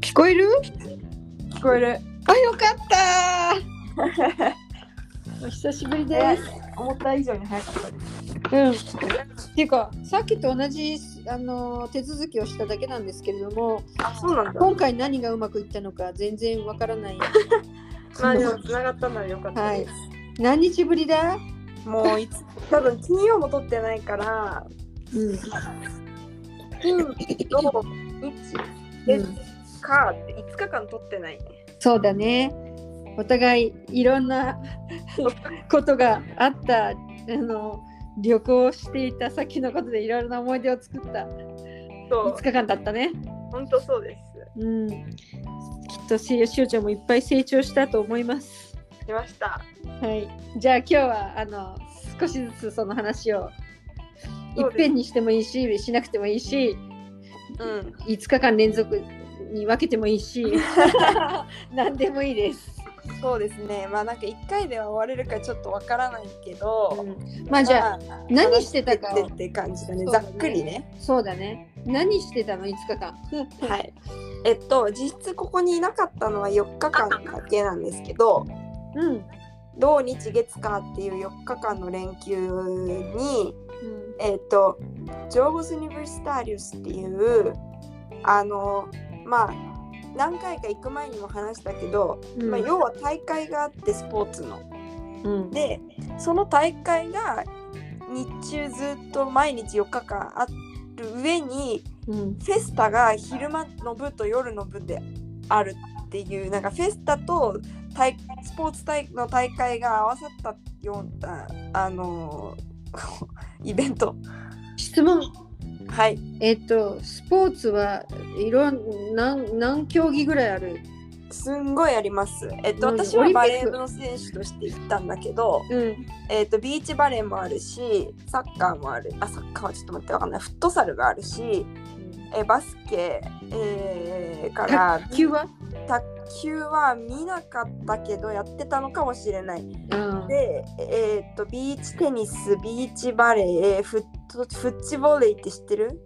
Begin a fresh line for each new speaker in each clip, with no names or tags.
聞こえる
聞こえる。
あ、よか ったーお久しぶりです。
思った以上に早かったです。
うん。っていうか、さっきと同じ、あのー手続きをしただけなんですけれども、
あ、そうなんだ。
今回何がうまくいったのか全然わからない。
まあでも繋がったならよかったです。
何日ぶりだ
もういつ多分金曜も撮ってないから、
うん。
金土日月火って5日間撮ってないね。
そうだね。お互いいろんな ことがあった、あの、旅行していた先のことでいろいろな思い出を作った
そう
5、日間だったね。
本当そうです。
うん。きっとししおちゃんもいっぱい成長したと思います。
しました。
はい。じゃあ今日はあの少しずつその話をい
そ
っ
うです
ぺんにしてもいいし、しなくてもいいし、
うん。
5日間連続に分けてもいい し、何でもいいです。
そうですね。まあなんか1回では終われるかちょっとわからないけ
う
ど、
んまあじゃあ
あ
何してたかを
話してってって感じだね。
そう
ざ
だね
っくりね。
そうだね。何してたの5日間。
はい。えっと実質ここにいなかったのは4日間だけなんですけど、
うん。
土日月火っていう4日間の連休に、
うん
えっとジョーゴス・ユニバーシタリウスっていうあのまあ何回か行く前にも話したけど、
うん
まあ、要は大会があってスポーツの。
うん
でその大会が日中ずっと毎日4日間ある上に
うん
フェスタが昼間の部と夜の部であるっていうなんかフェスタと大スポーツ大の大会が合わさったようなあの イベント
質問。
はい
えっとスポーツはいろん何何競技ぐらいある。
すんごいありますえっと
うん
私
オ
は
リンピッ
バ
ク
レー部の選手として行ったんだけど
うん。
えっとビーチバレーもあるしサッカーもあるあサッカーはちょっと待ってわかんないフットサルがあるしえバスケ、えーから
卓球は？
卓球は見なかったけどやってたのかもしれない
うん。
で、えーっとビーチテニスビーチバレーフットフッチボレーって知ってる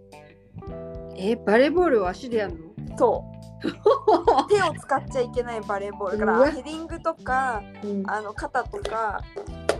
えバレーボールを足でやるの？
そう手を使っちゃいけないバレーボールだか
うわ
らヘディングとか
うん
あの肩とか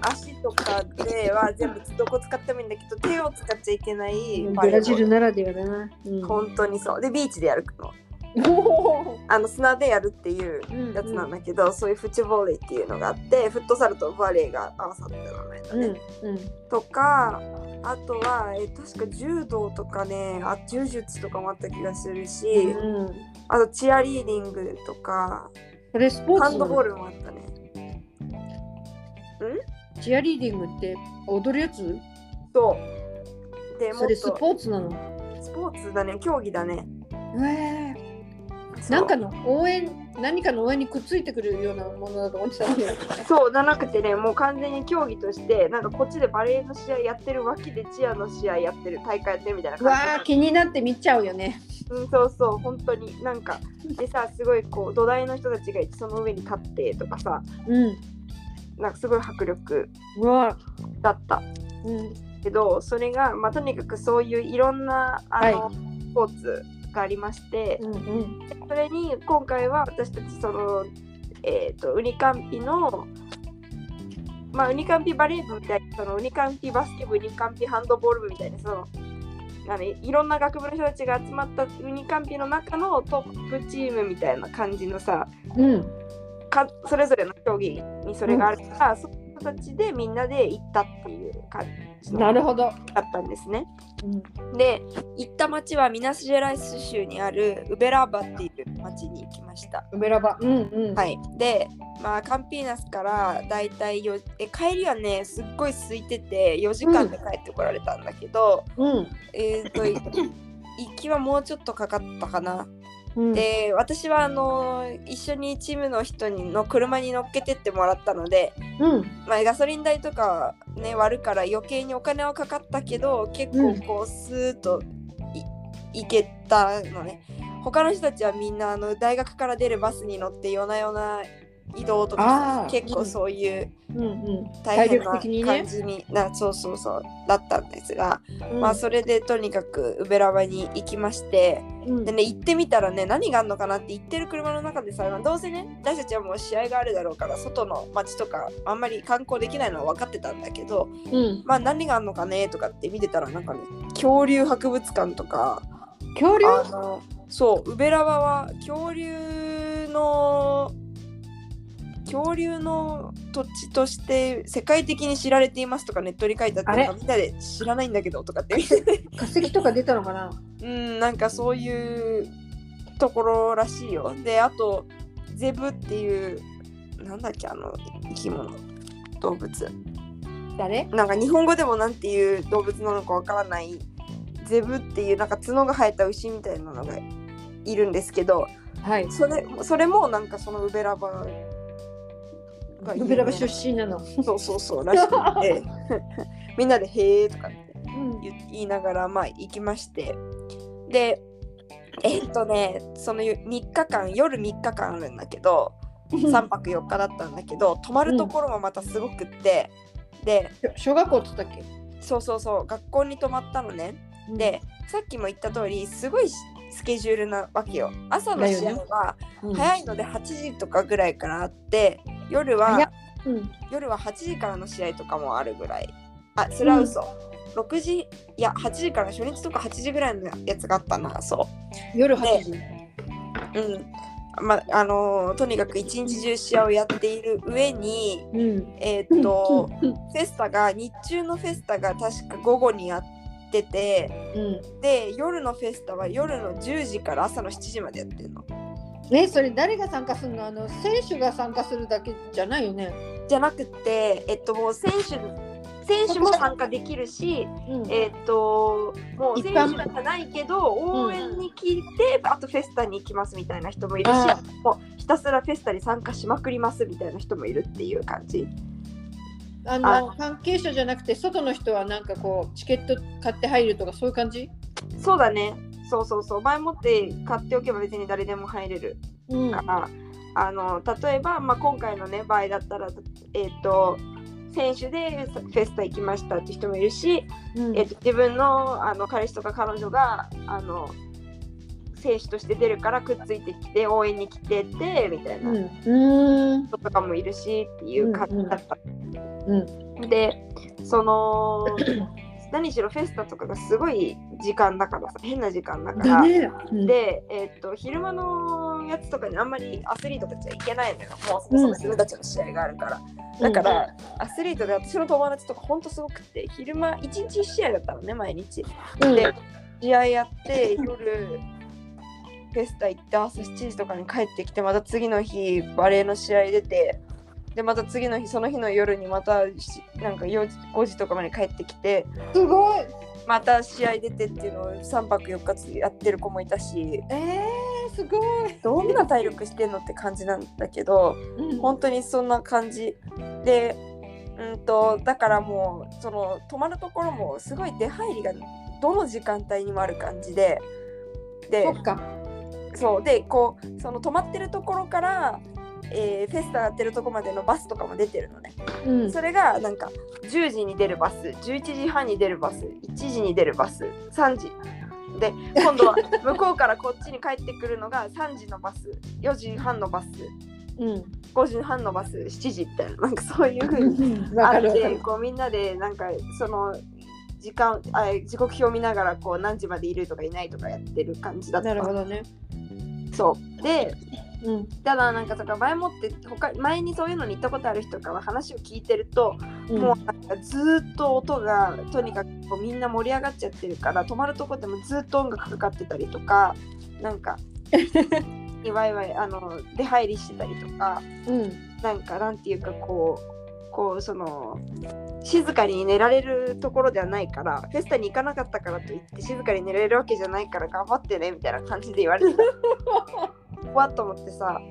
足とかでは全部どこ使ってもいいんだけど手を使っちゃいけないバ
ブ
レーボール
ラジルならではだな。うん
本当にそうでビーチでやるの
おー
あの砂でやるっていうやつなんだけど、そういうフッチボレーっていうのがあってフットサルとバレーが合わさった名前だ
うん
ね、
うん。
とかあとは、えー確か柔道とかねあ柔術とかもあった気がするし、
うん。
あとチアリーディングとか
これスポー
ハ
ツ
ン
な
ドボー
の
ルもあったね
チアリーディングって踊るやつ？
そうでも
そ
っ
れ
と
ス
ス
ポーツなの？
ポーツだね競技だね
ええ。
そう
なんかの応援何かの応援にくっついてくるようなものだと思ってたんだけど。
そうじゃなくてねもう完全に競技としてなんかこっちでバレーの試合やってる脇でチアの試合やってる大会やってるみたいな
う
感じ
わあ気になって見ちゃうよね。
うん、そうそう、本当に、なんか、でさ、すごいこう、土台の人たちがいて、その上に立ってとかさ、
うん。
なんかすごい迫力
うわ
だった
うん。
けど、それが、まあ、とにかくそういういろんなあの、スポーツがありまして、
うんうん。
それに今回は私たち、その、えっ、と、ウニカンピの、まあ、ウニカンピバレー部みたいな、そのウニカンピバスケ部、ウニカンピハンドボール部みたいな、その、あのいろんな学部の人たちが集まったウニカンピの中のトップチームみたいな感じのさ、
うん。
かそれぞれの競技にそれがあるから、そういう人たちでみんなで行ったっていう感じの
なるほど。
だったんですね。
うん。
で行った町はミナスジェライス州にあるウベラーバっていう町に行きました。
ウベラバ。うんうん。
はい、で、まあ、カンピーナスからだいたいよえ帰りはねすっごい空いてて4時間で帰ってこられたんだけど、
うん。
えー、とい 行きはもうちょっとかかったかな。
うん。
で私はあの一緒にチームの人にの車に乗っけてってもらったので、
うん。
まあ、ガソリン代とかね割るから余計にお金はかかったけど結構こうスーッとい,、けたのね他の人たちはみんなあの大学から出るバスに乗って夜な夜な移動と
あ
か
ー
結構そういう
うんうん
大変
体
な
力的にね
感じにな、そうそうそうだったんですが、
うん
まあそれでとにかくウベラバに行きまして
うん
でね行ってみたらね何があるのかなって行ってる車の中でさ、まあどうせね私たちはもう試合があるだろうから外の街とかあんまり観光できないのは分かってたんだけど
うん
まあ何があるのかねとかって見てたらなんかね恐竜博物館とか
恐竜
あのそうウベラバは恐竜の恐竜の土地として世界的に知られていますとかネットに書いてあって
あれ
なんかみんなで知らないんだけどとかって見て
化石とか出たのかな
うんなんかそういうところらしいよであとゼブっていうなんだっけあの生き物動物
誰
なんか日本語でもなんていう動物なのかわからないゼブっていうなんか角が生えた牛みたいなのがいるんですけど
はい
それそれもなんかそのウベラバが
ウベラバ出身なの、
身そうそうそうらしくて みんなで「へーとかって言言いながらまあ行きましてでえっとねその3日間夜3日間あるんだけど3泊4日だったんだけど泊まるところもまたすごくって、で
小学校っつったっけ
そうそうそう学校に泊まったのねで、さっきも言った通りすごいしスケジュールなわけよ朝の
だよ
試
ね
合は
うん
早いので8時とかぐらいからあって夜は
早っうん
夜は8時からの試合とかもあるぐらいあそれは嘘、6時いや8時から初日とか8時ぐらいのやつがあったなそ
夜8時、
ううんまあのーとにかく一日中試合をやっている上に
うん
えーっとフェスタが日中のフェスタが確か午後にやってて
うん
で夜のフェスタは夜の10時から朝の7時までやってるの
ねそれ誰が参加するのあの選手が参加するだけじゃないよね、
じゃなくてえっともう選手選手も参加できるし
うん
えっともう
一
選
般
手じゃないけど応援に来て、あとフェスタに行きますみたいな人もいるし
あ
もうひたすらフェスタに参加しまくりますみたいな人もいるっていう感じ
あの関係者じゃなくて外の人はなんかこうチケット買って入るとかそういう感じ、
そうだねそうそうそう前もって買っておけば別に誰でも入れる
うん
から、あの例えば、まあ、今回のね場合だったら、えっと選手でフェスタ行きましたって人もいるし、えっと自分のあの彼氏とか彼女があの選手として出るからくっついてきて応援に来ててみたいな
うんうん
人とかもいるしっていう感じだった。
うん
でその 何しろフェスタとかがすごい時間だからさ変な時間だから。
だね、うん、
で、えーっと昼間のやつとかにあんまりアスリートたちは行けないのよ。もうそもそも自分たちの試合があるから。だから、アスリートで私の友達とかほんとすごくて、昼間一日一試合だったのね、毎日。
うん
で、試合やって、夜、フェスタ行って、朝7時とかに帰ってきて、また次の日、バレーの試合出て、で、また次の日、その日の夜にまたし、なんか4時、5時とかまで帰ってきて、
すごい
また試合出てっていうのを3泊4日やってる子もいたし、
えー、すごい、
どんな体力してんのって感じなんだけど
うん
本当にそんな感じでうんとだからもうその泊まるところもすごい出入りがどの時間帯にもある感じでで
そっか
そうでこうその泊まってるところから、えーフェスタやってるとこまでのバスとかも出てるのね
うん
それがなんか10時に出るバス11時半に出るバス1時に出るバス3時で今度は向こうからこっちに帰ってくるのが3時のバス4時半のバス
うん
5時半のバス7時みたいななんかそういう
う
風に
んわ
あ
か
っ
るわか
て
る
こうみんなでなんかその時間あ時刻表見ながらこう何時までいるとかいないとかやってる感じだった
なるほどね
そうで
うん
ただなんかとか前もって他前にそういうのに行ったことある人から話を聞いてると
うん
もうなんかずーっと音がとにかくこうみんな盛り上がっちゃってるから泊まるとこでもずーっと音楽かかってたりとかなん かいわいわいあの出入りしてたりとか
うん
なんかなんていうかこうこうその静かに寝られるところではないからフェスタに行かなかったからといって静かに寝れるわけじゃないから頑張ってねみたいな感じで言われて たわっと思ってさ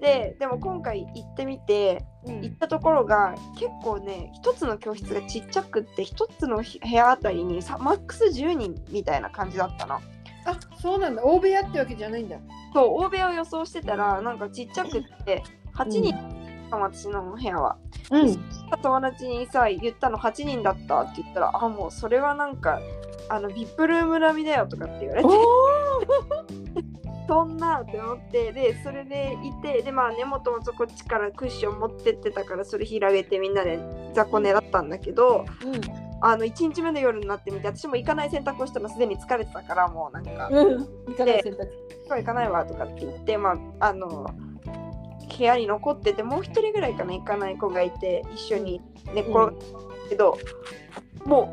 ででも今回行ってみて
うん
行ったところが結構ね一つの教室がちっちゃくって一つの部屋あたりにさマックス10人みたいな感じだったの
あそうなんだ大部屋ってわけじゃないんだ
そう大部屋を予想してたらなんかちっちゃくって8人の私の部屋は。
うん。
友達にさ言ったの8人だったって言ったら「あもうそれはなんかあの VIP ルーム並みだよ」とかって言われて
お
そんなって思ってでそれでいてでまあ根元もそこっちからクッション持ってってたからそれ広げてみんなで雑魚寝だったんだけどあの1日目の夜になってみて私も行かない選択をしたのすでに疲れてたからもうなんか
うん。うん。いかがでしたか
「今日行かないわ」とかって言ってまああの部屋に残っててもう一人ぐらいかな行かない子がいて一緒に寝っ転がってけど、も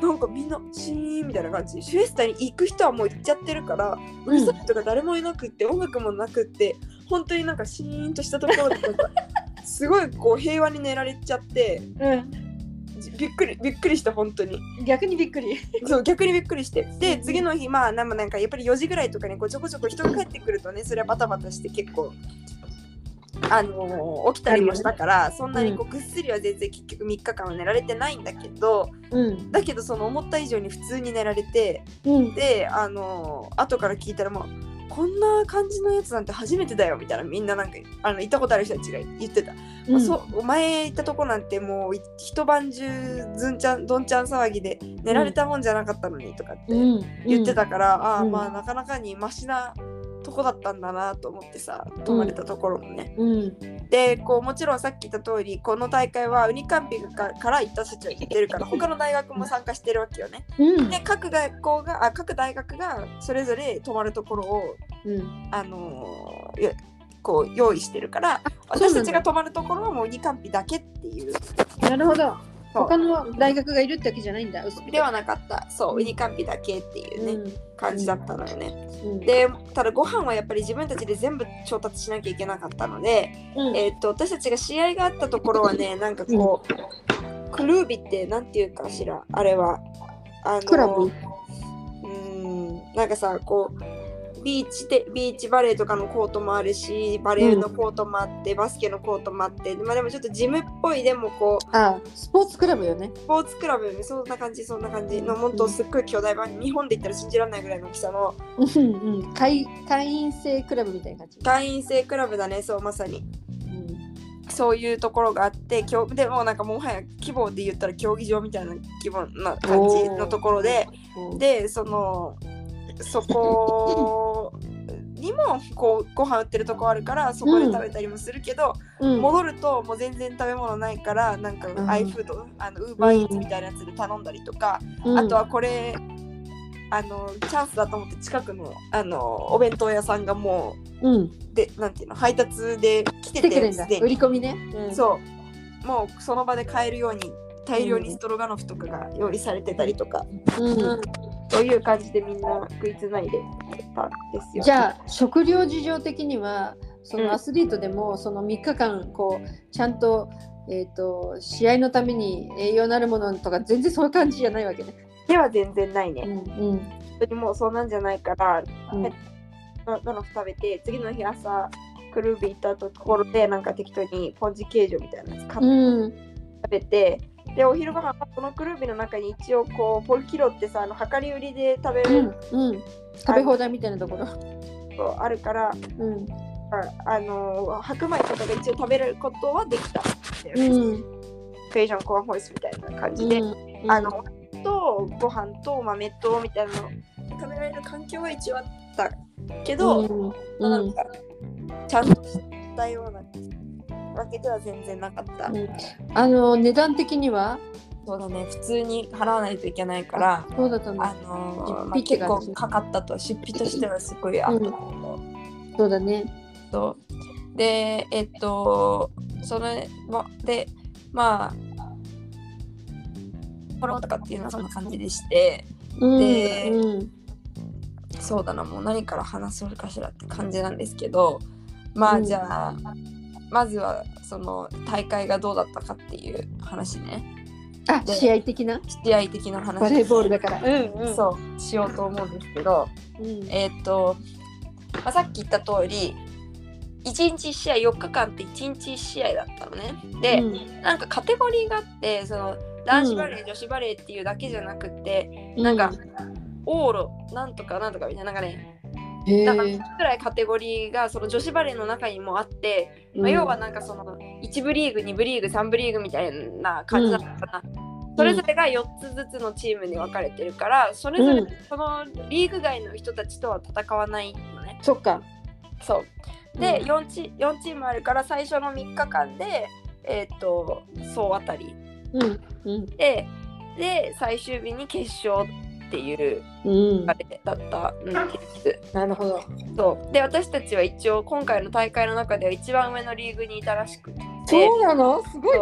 うなんかみんなシーンみたいな感じシュエスタに行く人はもう行っちゃってるからうるさいとか誰もいなくって音楽もなくって本当になんかシーンとしたところでなんかすごいこう平和に寝られちゃって
うん。
じびっくりびっくりした本当に
逆にびっくり。
そう逆にびっくりして
う
で
ん
次の日まあなんかなんかやっぱり4時ぐらいとかにこうちょこちょこ人が帰ってくるとねそれはバタバタして結構。あのー起きたりもしたからそんなにこうぐっすりは全然結局3日間は寝られてないんだけど、
うん。
だけどその思った以上に普通に寝られて
うん。
であの後から聞いたらもうこんな感じのやつなんて初めてだよみたいなみんななんかあの行ったことある人たちが言ってた、まあそうお前行ったとこなんてもうい一晩中ずんちゃんどんちゃん騒ぎで寝られたもんじゃなかったのにとかって
うん。
言ってたから、ああ
うん
まあなかなかにマシなとこだったんだなと思ってさ泊まれたところもね、
うん。
でこうもちろんさっき言った通りこの大会はウニカンピがから行った人たちは行ってるから他の大学も参加してるわけよね
うん。
で各学校があ各大学がそれぞれ泊まるところを
うん。
あのーよこう用意してるから
そうなん
私
だ
たちが泊まるところはもう2カンピだけっていう
なるほど。
そう
他の大学がいるってわけじゃないんだ。薄くて
ではなかったそうウニカンピだけっていうね、感じだったのよね
うん。うん、
でただご飯はやっぱり自分たちで全部調達しなきゃいけなかったので、
うん
えー、と私たちが試合があったところはねなんかこうクルービってなんていうかしらあれはあの
クラブ
うーんなんかさこうビーチでビーチバレーとかのコートもあるしバレーのコートもあって、バスケのコートもあってまあでもちょっとジムっぽいでもこう
あ、スポーツクラブよね。
スポーツクラブよねそんな感じそんな感じの本当すっごい巨大版日本で言ったら信じられないぐらいの大きさの
うんうん。会会員制クラブみたいな感じ。
会員制クラブだねそうまさに
うん
そういうところがあって競でもうなんかもはや規模で言ったら競技場みたいな規模な感じのところででそのそこにもこうご飯売ってるとこあるからそこで食べたりもするけど、
うん、
戻るともう全然食べ物ないからなんか
ん
iFood、あの UberEats みたいなやつで頼んだりとか、あとはこれあのチャンスだと思って近くのあのお弁当屋さんがも
うん、うん、
うでなんていうの配達で来て
来て
て
くれるんだ
すで。に
売り込みね。うん
そうもうその場で買えるように大量にストロガノフとかが用意されてたりとか、
うん。
そういう感じでみんな食いつないでたんですよ
じゃあ食料事情的にはそ
うん
のアスリートでもその3日間こうちゃんと,、えー、と試合のために栄養なるものとか全然そういう感じじゃないわけね。
では全然ないね、
う
本
んうん
当にもうそうなんじゃないから
うん
ドドロフ食べて次の日朝クルービー行ったところでなんか適当にポンジケージョみたいなやつ買って
うん
食べて、でお昼ご飯はこのクルービーの中に一応こうポルキロってさあの量り売りで食べ
う
れる
んうん食べ放題みたいなところ。
とあるから、
うん
あの白米とかが一応食べることはできたって
うん
クエーションコアホイスみたいな感
う
じ
ん
で、あのとご飯と豆とみたいなの食べられる環境は一応あったけど、
うん
まあなんかちゃんとしたようなわけでは全然なかった、
うんあの値段的には
そうだね普通に払わないといけないから
どうだったの
あのー
実費
まあ、
って感
結
じ
構かかったと出費としてはすごいあったと思う、
そうだね。
とでえっとそれもでまあフォローとかっていうのはそんな感じでして
うん
で
うん
そうだなもう何から話そうかしらって感じなんですけどま
う
あ
ん
じゃあ、まずはその大会がどうだったかっていう話ね
あ
で
試合的な
試合的な話
バレーボールだから。うんうん
そうしようと思うんですけど
うん
えっと、まあ、さっき言った通り1日1試合4日間って1日1試合だったのねで、
う
なんかカテゴリーがあってその男子バレー、女子バレーっていうだけじゃなくて
ん
なんかオーロなんとかなんとかみたいななんかね
へ
だから
え
いくらいカテゴリーがその女子バレーの中にもあって、まあ、要はなんかその1部リーグ2部リーグ3部リーグみたいな感じだったかな、それぞれが4つずつのチームに分かれてるからそれぞ
う
れ
ん
そのリーグ外の人たちとは戦わないのね。
そっか
そうで、
うん
4, チ4チームあるから最初の3日間で、えーっと総当たり
うんうん
でで最終日に決勝っていう
うん
あれだった、うん、結局
なるほど
そうで私たちは一応今回の大会の中では一番上のリーグにいたらしくて
そうなのすごい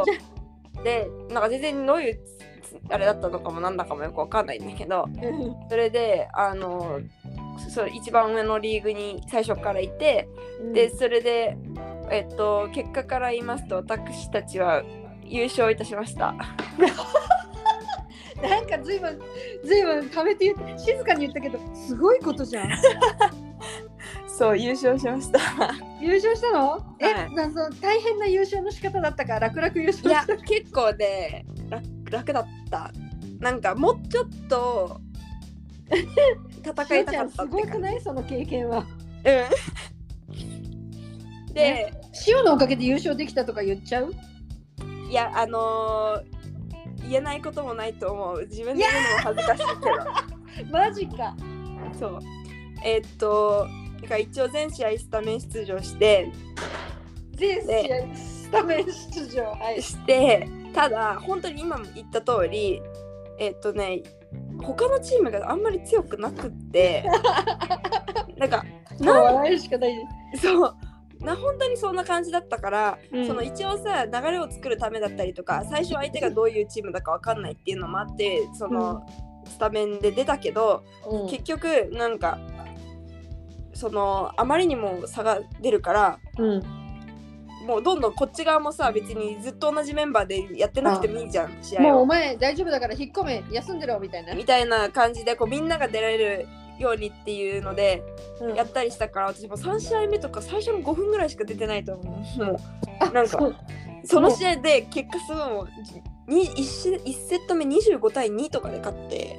じ
でなんか全然どういうつあれだったのかもなんだかもよくわかんないんだけど
ゃんうん
それであのそう一番上のリーグに最初からいて、
うん
でそれで、えっと、結果から言いますと私たちは優勝いたしました。
なんかずいぶんずいぶん壁って言って静かに言ったけどすごいことじゃん
そう優勝しました。
優勝したのえ、
はい
なんかその大変な優勝の仕方だったか楽々優勝
いや
した
結構ね楽楽だった。なんかもうちょっ と戦
しお
い
ち
たか
ゃ
っ
ん
た
す
っ
ご
て
く
感じ。
ないその経験は
うん。で
塩のおかげで優勝できたとか言っちゃう
いやあのー言えないこともないと思う自分で言うのも恥ずかしいけど。
マジか
そう。えっとなんか一応全試合スタメン出場して
全試合スタメン出場はい
してただ本当に今も言った通りえっ、とね他のチームがあんまり強くなくってなんか
もう笑えるしかないで
そうな本当にそんな感じだったから、
うん
その一応さ流れを作るためだったりとか最初相手がどういうチームだか分かんないっていうのもあってその、スタメンで出たけど、
す、うん
結局なんかそのあまりにも差が出るから
うん、
もうどんどんこっち側もさ別にずっと同じメンバーでやってなくてもいいじゃん試合を。
もうお前大丈夫だから引っ込め休んでろみたいな、
みたいな感じでこうみんなが出られるようにっていうので
うん
やったりしたから私も3試合目とか最初の5分ぐらいしか出てないと思うも
あ
うなん
そ
か
う
その試合で結果すごいもうに 1, セット目25対2とかで勝って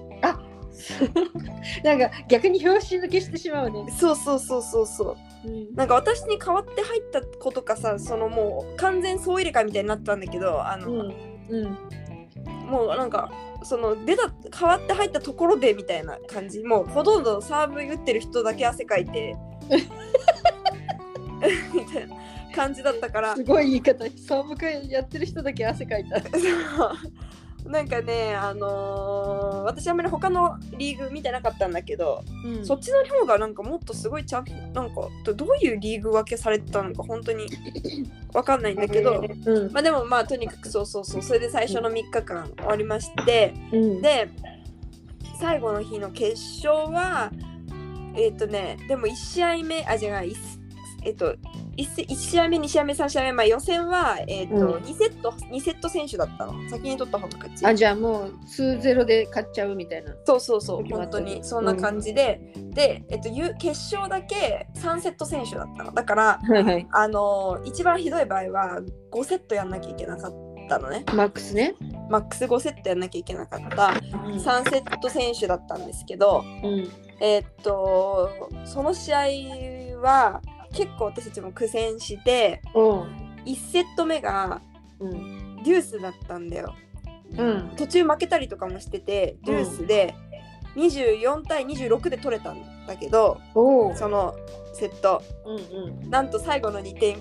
なんか逆に拍子抜けしてしまうね、
そうそうそうそうそう
うん
なんか私に代わって入った子とかさそのもう完全総入れ替えみたいになったんだけどあの、
うんうん、
もうなんかその出た変わって入ったところでみたいな感じもうほとんどサーブ打ってる人だけ汗かい てみたいな感じだったから
すごい言い方サーブ会やってる人だけ汗かいた
そうなんかねあのー私あんまり他のリーグ見てなかったんだけど、
うん
そっちの方がなんかもっとすごいちゃんなんかどどういうリーグ分けされてたのか本当にわかんないんだけど。
うん
まあでもまあとにかくそうそうそうそれで最初の3日間終わりまして
うん
で最後の日の決勝はえっ、とねでも1試合目あじゃあいすえっ、と 1, 試合目2試合目3試合目、まあ、予選は、えっと
うん
2セット2セット選手だったの先に取った方が勝ち
あじゃあもう2ゼ0で勝っちゃうみたいな
そうそうそう
決ま
本
った
当
ね
にそんな感じで、で、えっとゆ決勝だけ3セット選手だったのだから
はいはい
あの一番ひどい場合は5セットやんなきゃいけなかったのね
マックスね
マックス5セットやんなきゃいけなかった
うん
3セット選手だったんですけど、
うん
えーっとその試合は結構私たちも苦戦して
おう
1セット目が
うん
デュースだったんだよ
うん
途中負けたりとかもしててデュースで24対26で取れたんだけど
おう
そのセット
うんうん
なんと最後の2点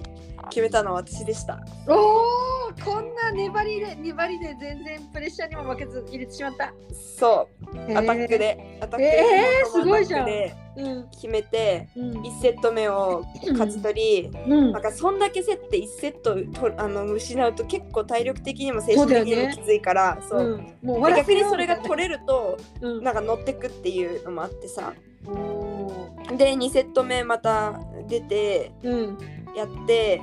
決めたのは私でした
おーこんな粘りで粘りで全然プレッシャーにも負けず入れてしまった
そうアタック
へ
でアタック
えー
その
すごいじゃん
アタックで
ーうん
決めて
うん
1セット目を勝ち取り、
うん
なんかそんだけ競って1セットとあの失うと結構体力的にも精神的にもきついからそう、
うんもう終わ
で
ら
逆
せ
に
よう
それが
みたい
取れると
なうん
なんか乗ってくっていうのもあってさ
お
で2セット目また出て
ーうん
やって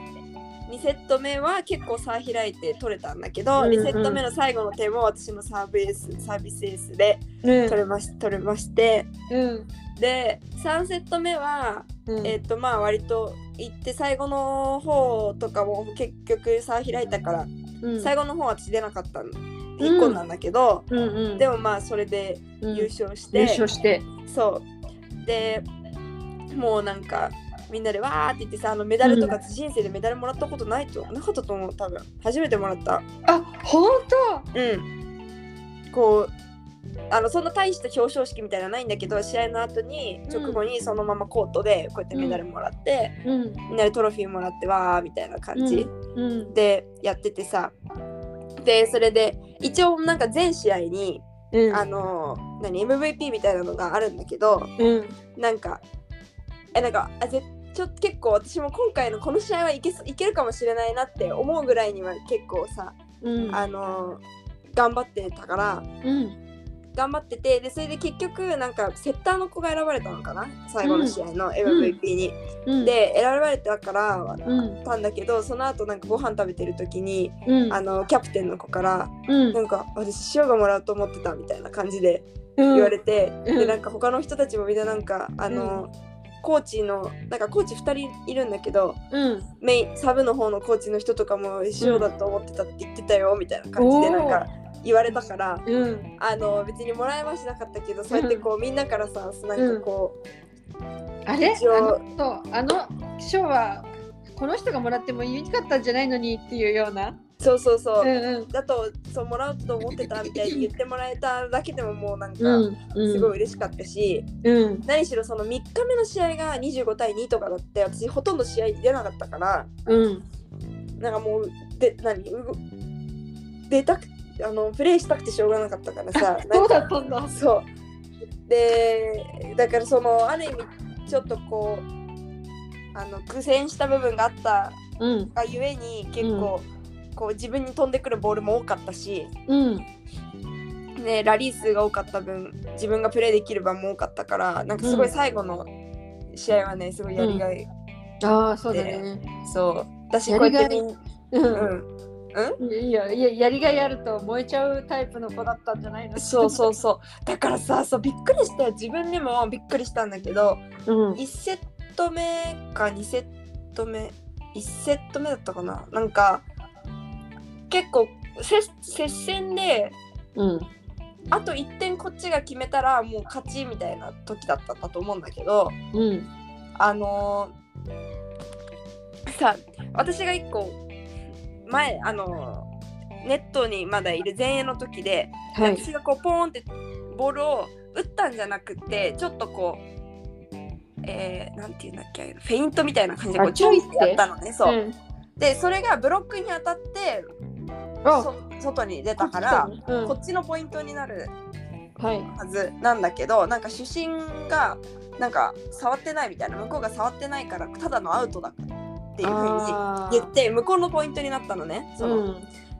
2セット目は結構差開いて取れたんだけど、
うんうん
2セット目の最後の点も私のサービスサービスエースで
うん
取れまし取れまして
うん
で3セット目は
うん
えっ、とまあ割と行って最後の方とかも結局差開いたから、
うん
最後の方は私出なかったん1個なんだけど、
うんうん
でもまあそれで
うん
優勝して、
優勝して
そうでもうなんかみんなでわーって言ってさあのメダルとか人生でメダルもらったことないと、なかったと思う多分初めてもらった
あ本当
うんこうあのそんな大した表彰式みたいなのないんだけど試合の後に
うん
直後にそのままコートでこうやってメダルもらって、
うん
みんなでトロフィーもらってわーみたいな感じ
うん
でやっててさでそれで一応なんか全試合に
うん
あの何 MVP みたいなのがあるんだけど
うん
なんかえなんかあぜちょっと結構私も今回のこの試合はいけそういけるかもしれないなって思うぐらいには結構さ、
うん
あの頑張ってたから
うん
頑張っててでそれで結局なんかセッターの子が選ばれたのかな最後の試合の MVP に。
うん
で選ばれたから
うん
たんだけどその後なんかご飯食べてる時に
うん
あのキャプテンの子から
うん
なんか私塩がもらうと思ってたみたいな感じで
言
言われて、
うん
でなんか他の人たちもみんななんかあの、コーチのなんかコーチ2人いるんだけど
うん
メインサブの方のコーチの人とかも塩だと思ってたって言ってたよみたいな感じ
お
で
ー
なんか言われたから
うん
あの別にもらいはしなかったけどそうやってこうみんなからさなんかこう、
あれ
一応
あのそうあの賞はこの人がもらってもいいかったんじゃないのにっていうような
そうそうそうう、
ん
だとそうもらうと思ってたみたいに言ってもらえただけでももうなんか
うんうん
すごい嬉しかったし、
うん
何しろその3日目の試合が25対2とかだって私ほとんど試合に出なかったから
うん
なんかもうで何うご出たくあのプレイしたくてしょうがなかったから さ
そうだったんだ
なんかそうでだからそのある意味ちょっとこうあの苦戦した部分があった
うん
がゆえに結構、こう自分に飛んでくるボールも多かったし、
うん
ね、ラリー数が多かった分自分がプレイできる場も多かったからなんかすごい最後の試合はねすごいやりがい、
ああそうだね
そう私
や
こう
り
や
が
っ
い
てみん
う
うんん
いやいややりがいあると燃えちゃうタイプの子だったんじゃないの
そうそうそうだからさそうびっくりしたよ自分にもびっくりしたんだけど
うん
1セット目か2セット目1セット目だったかななんか結構せ接戦で
うん
あと1点こっちが決めたらもう勝ちみたいな時だったんだと思うんだけど
うん
あのーさ私が1個前あのーネットにまだいる前衛の時で、
はい
私がこうポーンってボールを打ったんじゃなくてちょっとこう。えー、なんていうんだっけフェイントみたいな感じでこ
あ
うちょいっ
ちょいってて
やったのねそう、
うん
でそれがブロックに当たって
あ
そ外に出たから
こっち来たのうん
こっちのポイントになる
はい
はずなんだけどなんか主審がなんか触ってないみたいな向こうが触ってないからただのアウトだっていう風に
あ
言って向こうのポイントになったのねその,、
うん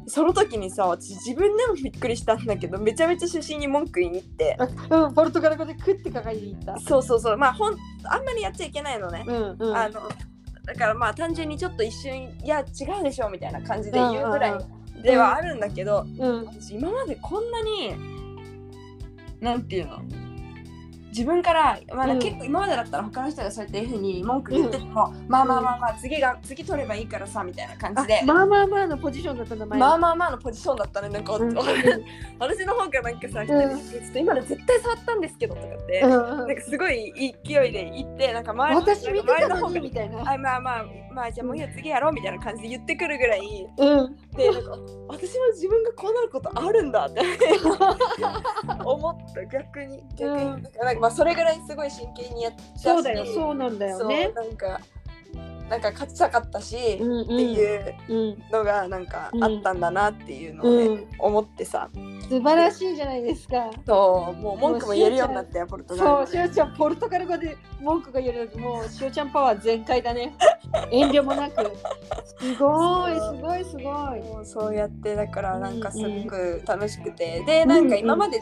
その時にさ私自分でもびっくりしたんだけどめちゃめちゃ主審に文句言いに行って
あうんポルトガル語でクってかかりに行った
そうそうそうまあほんあんまりやっちゃいけないのね、
うんうん
あのだからまあ単純にちょっと一瞬いや違うでしょみたいな感じで言うぐらいではあるんだけど、
うん
私今までこんなになんていうの自分から、まあ
うん
結構今までだったら他の人がそうやっていうふうに文句言ってても、まあまあまあまあ次が次取ればいいからさみたいな感じで。
まあまあまあのポジションだったんだ前
まあまあまあのポジションだったねなんか、
うん
私の方がなんかさ、
ん
ちょっと今の絶対触ったんですけどとかって、
うん
なんかすごい勢いで言ってなんか周りの
私見て
周り
た
の
の
方が
にみたいな
あまあまあまあじゃあもういいよ次やろうみたいな感じで言ってくるぐらい
うん
でなんか私も自分がこうなることあるんだって思った逆に逆に、
うん
なんかなんかまあそれぐらいすごい真剣にやってたし
そうだよそうなんだよね
そうなんかなんか勝ちたかったし、っ
うん
ていう
うん
のがなんかあったんだなっていうのを、ね
うん
思ってさ
素晴らしいじゃないですか
そうもう文句も言えるようになったよポルト
そ
ガ
う、
ル
しおちゃん、ポルトガル語で文句が言えるのもう、しおちゃんパワー全開だね。遠慮もなく。すごい、すごい、すごい。
もうそうやってだからなんかすごく楽しくて、でなんか今まで、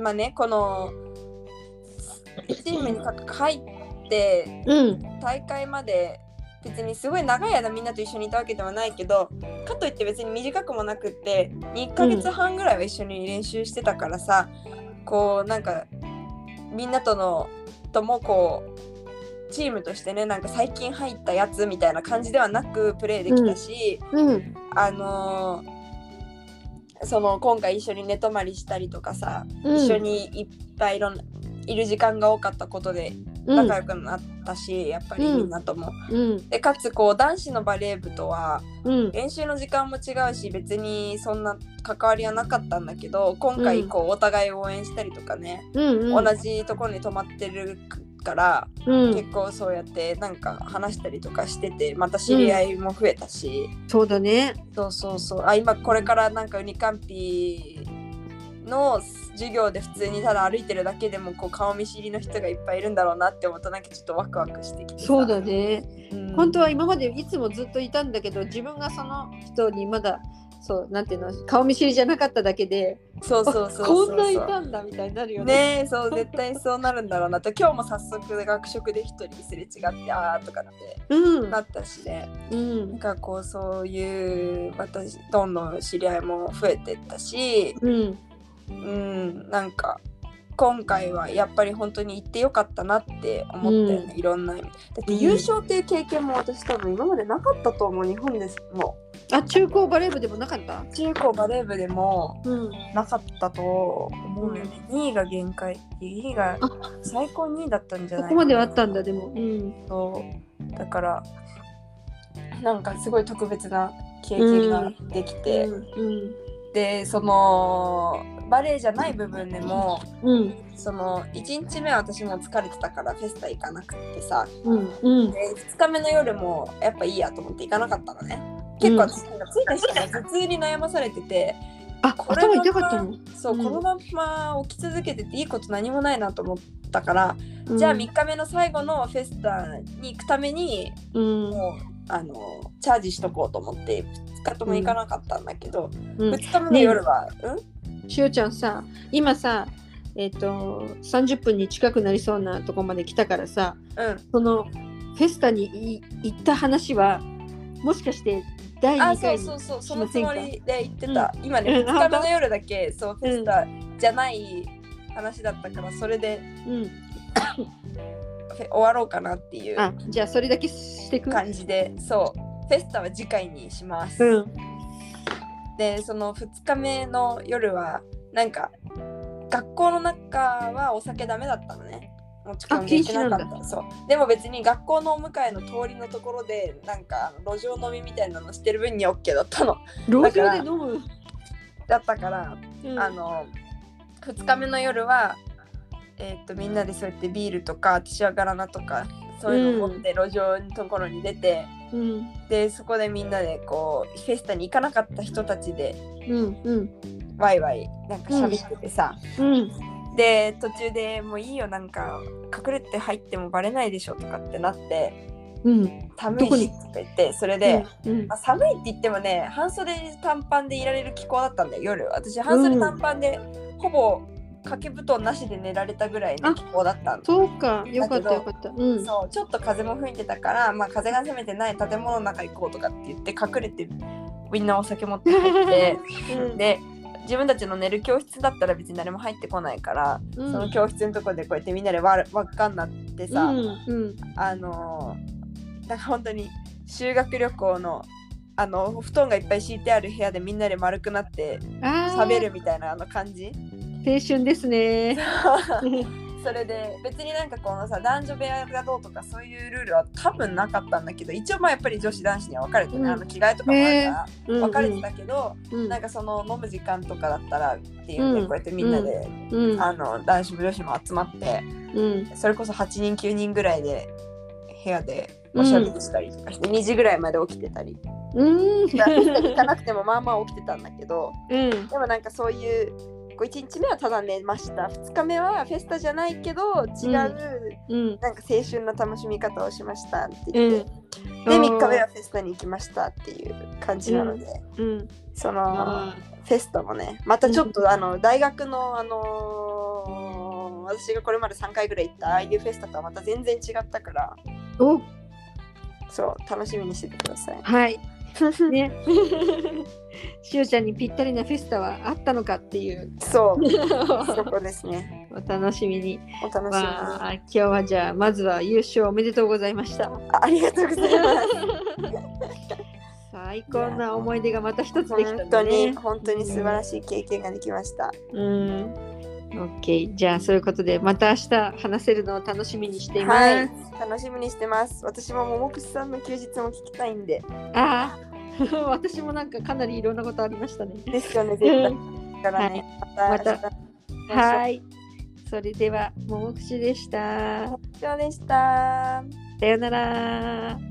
まあねこのチームに入って
うん、
大会まで別にすごい長い間みんなと一緒にいたわけではないけどかといって別に短くもなくって2ヶ月半ぐらいは一緒に練習してたからさ、こうなんかみんなとのともこうチームとしてねなんか最近入ったやつみたいな感じではなくプレーできたし、
うん、
あのーその今回一緒に寝泊まりしたりとかさ、
うん
一緒にいっぱいいろんないる時間が多かったことで
うん
仲良くなったし、やっぱり
うん
みんなとも。
うん
でかつこう男子のバレー部とは
うん
練習の時間も違うし別にそんな関わりはなかったんだけど今
う
回
ん
こうお互い応援したりとかね、
うん
同じところに泊まってるから、
うん
結構そうやってなんか話したりとかしててまた知り合いも増えたし、
そうだね
そうそうそうあ今これからなんかウニカンピの授業で普通にただ歩いてるだけでもこう顔見知りの人がいっぱいいるんだろうなって思うとなんかちょっとワクワクしてきてさ
そうだ、ね
うん
本当は今までいつもずっといたんだけど自分がその人にまだそうなんていうの顔見知りじゃなかっただけで
そうそうそうそう
こんないたんだみたいになるよね
ねえそう絶対そうなるんだろうなと今日も早速学食で一人すれ違ってああとかって
うん
なったしね
う
なん
ん
かこうそういう私どんどん知り合いも増えてったし
うん
うんなんか今回はやっぱり本当に行ってよかったなって思ったよね、いろんな意味だって優勝っていう経験も私多分今までなかったと思う日本ですも
あ中高バレー部でもなかった
う中高バレー部でも
うん
なかったと思うよね、2位が限界2位が
あ
最高2位だったんじゃ
そ
ない
こまではあったんだでもうん
そうだからなんかすごい特別な経験ができて、
うん
でそのバレエじゃない部分でも
うん
その1日目は私も疲れてたからフェスタ行かなくてさ
うんうん
で2日目の夜もやっぱいいやと思って行かなかったのね結構
うん
私なんか着いた人が頭痛に悩まされてて
あ
これは
頭痛かったの
そう
うん
このまま起き続けてていいこと何もないなと思ったから、
うん
じゃあ3日目の最後のフェスタに行くために
うん
もうあのチャージしとこうと思って2日とも行かなかったんだけど、
うん
2日目の夜は、
しおちゃんさ今さえっ、と30分に近くなりそうなとこまで来たからさ
うんうん
そのフェスタにい行った話はもしかして第
あ
2
そう
回に
そうそうそ
し
の
ま
つ
せん
も
か
りで言ってた、今
う
ね
ん
2日目の夜だけそうフェスタじゃない話だったからそれで
うん、
フェ終わろうかなっていう
あじゃあそれだけしてく
感じでそうフェスタは次回にします、
うん
でその2日目の夜はなんか学校の中はお酒ダメだったのね持ち込んでいけなか
あ禁止
ったそうでも別に学校のお迎えの通りのところでなんかあの路上飲みみたいなのしてる分には OK だったの
路
だ
上
から
で飲む、
だったから
うん
あの2日目の夜は、えー、とみんなでそうやってビールとか私はガラナとかそういうのを持って路上のところに出て、
うん
でそこでみんなでこうフェスタに行かなかった人たちで
うんうん
ワイワイなんか喋っててさ、
うん
で途中でもういいよなんか隠れて入ってもバレないでしょとかってなって
うん
寒い
どこに
しとか言ってそれで。
うん
まあ寒いって言ってもね半袖短パンでいられる気候だったんだよ夜私半袖短パンで、ほぼ掛け布団なしで寝られたぐらいの
あ
気候だったんだ
そうかよかったよかったうん
そうちょっと風も吹いてたから、まあ、風が攻めてない建物の中行こうとかって言って隠れてみんなお酒持って入って
うん
で自分たちの寝る教室だったら別に誰も入ってこないから、
うん
その教室のとこでこうやってみんなでわ輪っかになってさ、
うんうん
あのーなんか本当に修学旅行のあの布団がいっぱい敷いてある部屋でみんなで丸くなって
ああ
喋るみたいなあの感じ
青春ですね
それで別になんかこのさ男女部屋がどうとかそういうルールは多分なかったんだけど一応まあやっぱり女子男子には分かれてね、
うん
あの着替えとかもあるから
うん
分かれてたけど、
うん
なんかその飲む時間とかだったらっていうね、
うん
こうやってみんなで、
うん
あの男子も女子も集まって
うん
それこそ8人9人ぐらいで部屋でおしゃべりしたりとかして、2時ぐらいまで起きてた り
うん
まあ行かなくてもまあまあ起きてたんだけど
うん
でもなんかそういうこう1日目はただ寝ました2日目はフェスタじゃないけど違う、
うんうん
なんか青春の楽しみ方をしましたって言って、で3日目はフェスタに行きましたっていう感じなので、
うん
そのフェスタもねまたちょっと、あの大学のあのー私がこれまで3回ぐらい行ったああいうフェスタとはまた全然違ったから
お
そう楽しみにしててください。
はい ねしおちゃんにぴったりなフェスタはあったのかっていう
そうそこで すね。
お楽しみに
お楽しみに。
わあ今日はじゃあまずは優勝おめでとうございま した
あありがとうございます。
最高な思い出がまた一つできた
本当
ね
に本当に素晴らしい経験ができました。
うん OK。じゃあ、そういうことで、また明日話せるのを楽しみにしています。
はい。楽しみにしてます。私も桃口さんの休日も聞きたいんで。
ああ、 私もなんかかなりいろんなことありましたね。
ですよね、絶
う
対。
ん
だからね、
い
また明日。
はい。それでは、ももくしでした。
以上でした。
さようなら。